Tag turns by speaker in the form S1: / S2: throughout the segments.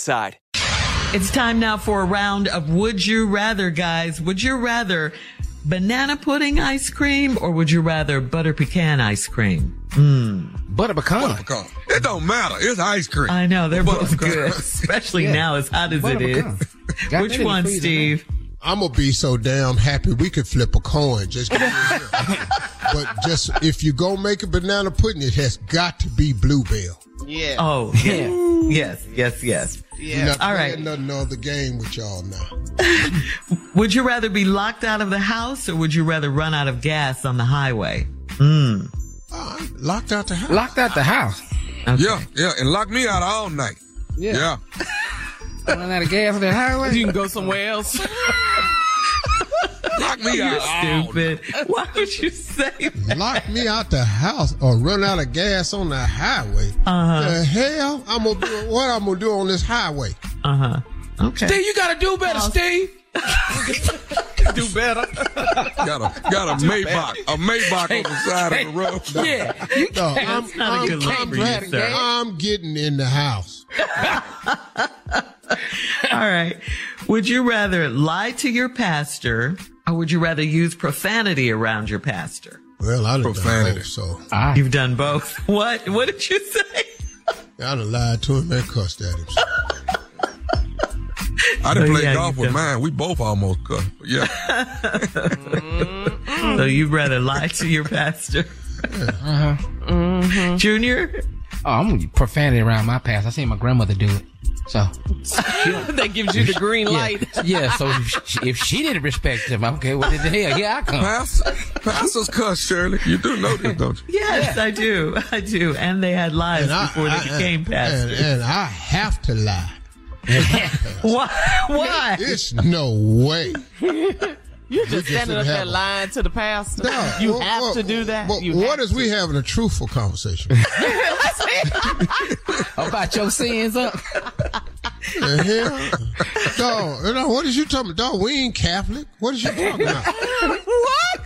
S1: Side.
S2: It's time now for a round of Would You Rather, guys. Would you rather banana pudding ice cream or would you rather butter pecan ice cream?
S3: Hmm.
S2: Mm.
S4: Butter pecan.
S5: Butter pecan. It don't matter. It's ice cream.
S2: I know they're
S5: Butter
S2: both
S5: pecan.
S2: good, especially
S4: Yeah.
S2: now as hot as
S4: Butter
S2: it is.
S4: pecan. Got
S2: Which
S4: that in the
S2: one,
S4: freezer,
S2: Steve?
S3: I'm gonna be so damn happy we could flip a coin. Just get it here. but just if you go make a banana pudding, it has got to be bluebell.
S6: Yeah.
S2: Oh, yeah. yes, yes, yes.
S3: We're
S6: yeah.
S3: not
S2: All
S3: playing
S2: right.
S3: nothing other game with y'all now.
S2: Would you rather be locked out of the house or would you rather run out of gas on the highway? Mm.
S3: Oh, I'm locked out the house.
S4: Locked out the house.
S2: Okay.
S5: Yeah, yeah, and lock me out all night.
S4: Yeah.
S5: Yeah.
S4: Running out of gas on the highway.
S7: You can go somewhere else.
S5: Lock me
S2: You're
S5: out all night.
S2: stupid. Why would you say that?
S3: Lock me out the house or run out of gas on the highway.
S2: Uh-huh.
S3: The hell I'm gonna do? What I'm gonna do on this highway?
S2: Uh huh. Okay.
S7: Steve, you gotta do better, Steve.
S4: do better.
S5: Got a got a Maybach, a Maybach on the side of the road.
S7: Yeah.
S3: No, Oh, I'm,
S2: That's not a good look for you,
S3: glad-
S2: sir.
S3: I'm getting in the house.
S2: All right. Would you rather lie to your pastor or would you rather use profanity around your pastor?
S3: Well, I done done
S5: Profanity.
S3: both, so
S2: You've done both. What? What did you say?
S3: I done lied to him and cussed at him. So.
S5: I didn't
S2: Oh,
S5: play
S2: yeah,
S5: golf
S2: you
S5: with
S2: done.
S5: mine. We both almost cut. Yeah.
S2: So you'd rather lie to your pastor.
S7: Mm-hmm.
S2: Junior?
S4: Uh-huh. Oh, I'm gonna be profanity around my past. I seen my grandmother do it. So
S7: that gives you the green
S4: yeah,
S7: light.
S4: yeah. So if she, if she didn't respect him, okay, well then hell, yeah,
S3: Uh-huh.
S4: I come.
S5: Pastor, pastor's cuss, Shirley. You do know this, don't you?
S2: Yes, I do. I do. And they had lies before they became
S3: and,
S2: pastors.
S3: and I have to lie.
S2: Why? Why?
S3: It's no way.
S7: You're just
S3: just
S7: standing up that
S3: didn't have one.
S7: line to the pastor.
S3: No,
S7: you
S3: what-
S7: have
S3: what-
S7: to do that.
S3: What,
S7: You
S3: what
S7: have
S3: is
S7: to.
S3: we having a truthful conversation?
S4: About your sins up.
S3: the hell? Dog, you know, what is you talking about? Dog, we ain't Catholic. What is you talking about?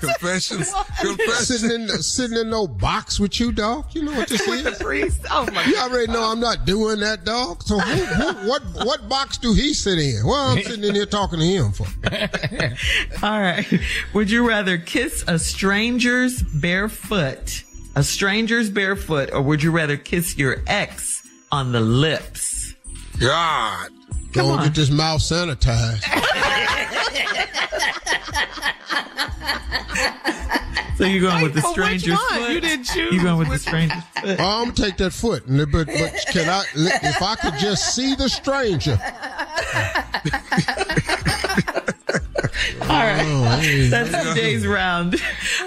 S5: Confessions. Confessions.
S3: sitting in the, sitting in no box with you, dog. You know what this is?
S2: Priest? Oh my
S3: You already know I'm not doing that, dog. So who, who, what what box do he sit in? Well, I'm sitting in here talking to him for.
S2: All right. Would you rather kiss a stranger's barefoot, a stranger's barefoot, or would you rather kiss your ex on the lips?
S5: God.
S3: Don't get this mouth sanitized.
S8: So you're going with the
S3: but which
S8: stranger's
S3: one?
S8: foot?
S3: You didn't choose.
S8: You're going with the stranger's foot.
S3: Well, I'm gonna Oh, take that foot, and- but, but can I? If I could just see the stranger.
S8: All right.
S3: Oh, hey.
S8: That's today's round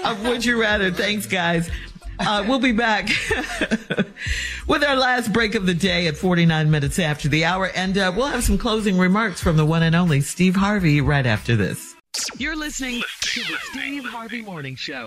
S8: of Would You Rather. Thanks, guys. Uh, we'll be back with our last break of the day at 49 minutes after the hour. And uh, we'll have some closing remarks from the one and only Steve Harvey right after this.
S9: You're listening to the Steve Harvey Morning Show.